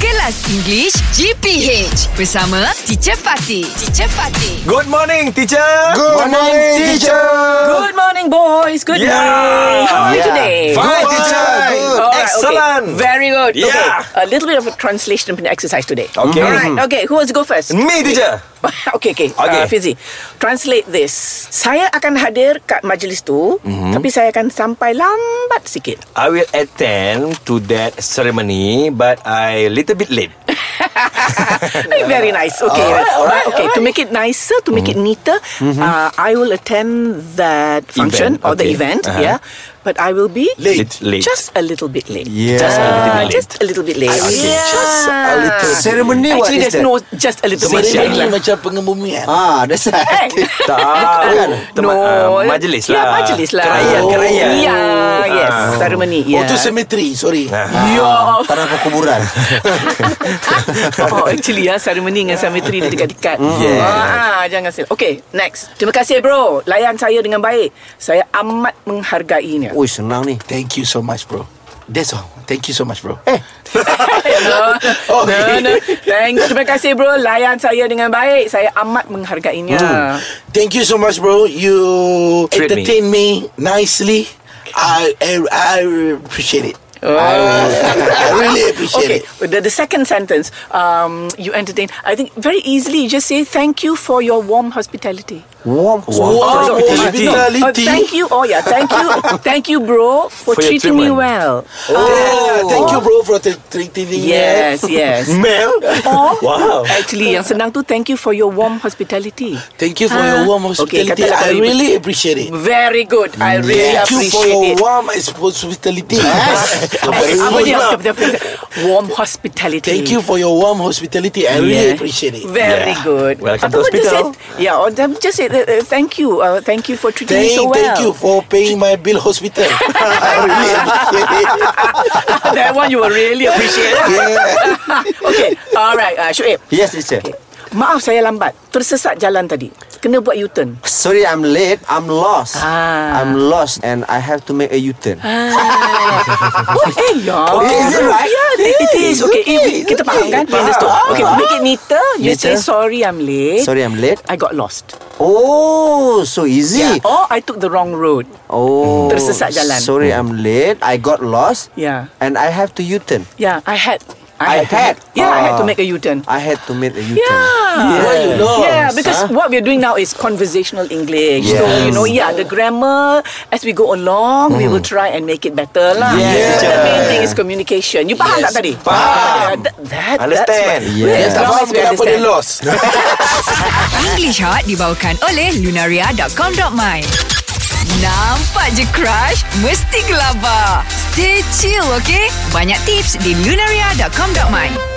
Kelas English GPH bersama Teacher Fatih. Teacher Fatih. Good morning, teacher. Good morning, teacher. Good morning, boys. Good Yeah. morning. How are you Yeah. today? Fine, Good, teacher. good. All right, Excellent. Okay. Very good. Okay. Yeah. A little bit of a translation exercise today. Okay. Mm-hmm. All right. Okay. Who wants to go first? Me, teacher. okay, okay. Okay. okay. Uh, Fizi, translate this. Saya akan hadir kat majlis tu, mm-hmm. tapi saya akan sampai lambat sikit. I will attend to that ceremony, but I little bit late. Ah, Eh, Very nice. Okay. Ah, Alright, alright, Mm-hmm. okay. To make it nicer, to make it neater, uh, I will attend that function Event, or the okay. event. Uh-huh. Yeah. But I will be Late. Late. Just a little bit late. Yeah. Just a little bit late. Just a little bit late. Okay. Just a little. Ceremony what Actually, is there's that? no just a little bit Masih late. ada. lah. macam pengebumian. Ah, that's right. tak. No, uh, majlis lah. Yeah, majlis lah. Kerayaan, Oh. kerayaan. Yeah, yes. Ceremony. Yeah. Oh, Yeah. tu cemetery, sorry. Ah. Ah, Tanah perkuburan. Oh actually ya Ceremony dengan cemetery Dia dekat-dekat Yeah. ah, Jangan sel Okay next Terima kasih bro Layan saya dengan baik Saya amat menghargainya Oi, senang ni. Thank you so much, bro. That's all. Thank you so much, bro. Eh, Ya. no, no, no. Thank, Terima kasih bro Layan saya dengan baik Saya amat menghargainya Hmm. thank you so much, bro. You Treat me. entertain me, nicely. I, I I appreciate it. Oh. I really appreciate Okay, it. the, the second sentence um, you entertain. I think very easily you just say thank you for your warm hospitality. Warm. Wow, Hospitality. hospitality. Oh, thank you. Oh yeah, thank you, thank you, bro, for, For your treating me treatment. well. Oh, Uh, oh, Yeah, thank Oh. you, bro, for t- treating me. Yes, yes. Mel. Or Wow. actually yang senang tu thank you for your warm hospitality. Thank you for your warm Okay, hospitality. katalah I kalau- really appreciate it. Very good. I really Thank you for your appreciate it. warm hospitality. Yes. Eh, apa dia? Warm hospitality. Thank you for your warm hospitality. I really Yeah. appreciate it. Very Yeah. good. Welcome to Ataupun just hospital. say- yeah, or them just say, uh, uh, thank you, uh, thank you for treating Thank, me so well. thank you for paying my bill hospital. I really appreciate it. that one you will really appreciate. okay, alright, uh, Shuib. Yes, teacher. Maaf saya lambat. Tersesat jalan tadi. Kena buat U-turn. Sorry, I'm late. I'm lost. Ah. I'm lost and I have to make a U-turn. Oh, eh, ya. Okay, is it right? Yeah, it, it is. Okay, eh, kita faham kan? We understood. Okay, make it neater. You say, Neater. sorry I'm late. Sorry, I'm late. I got lost. Oh, so easy. Or I took the wrong road. Oh. Tersesat jalan. Sorry, I'm late. I got lost. Yeah. And I have to U-turn. Yeah, I had. I had. To make, yeah, I had to Ah. make a U-turn. I had to make a U-turn. Yeah. Why you lost? Yeah, because what we're doing now is conversational English. So you know, yeah, the grammar as we go along, we Hmm. will try and make it better lah. Yes, The main thing is communication. You faham tak tadi? Faham. That, that Understand. That's Yeah. Yes, Yes, tak faham kenapa dia lost. English Hot dibawakan oleh lunaria.com.my. Nampak je crush? Mesti gelabah. Stay chill, okay? Banyak tips di lunaria.com.my.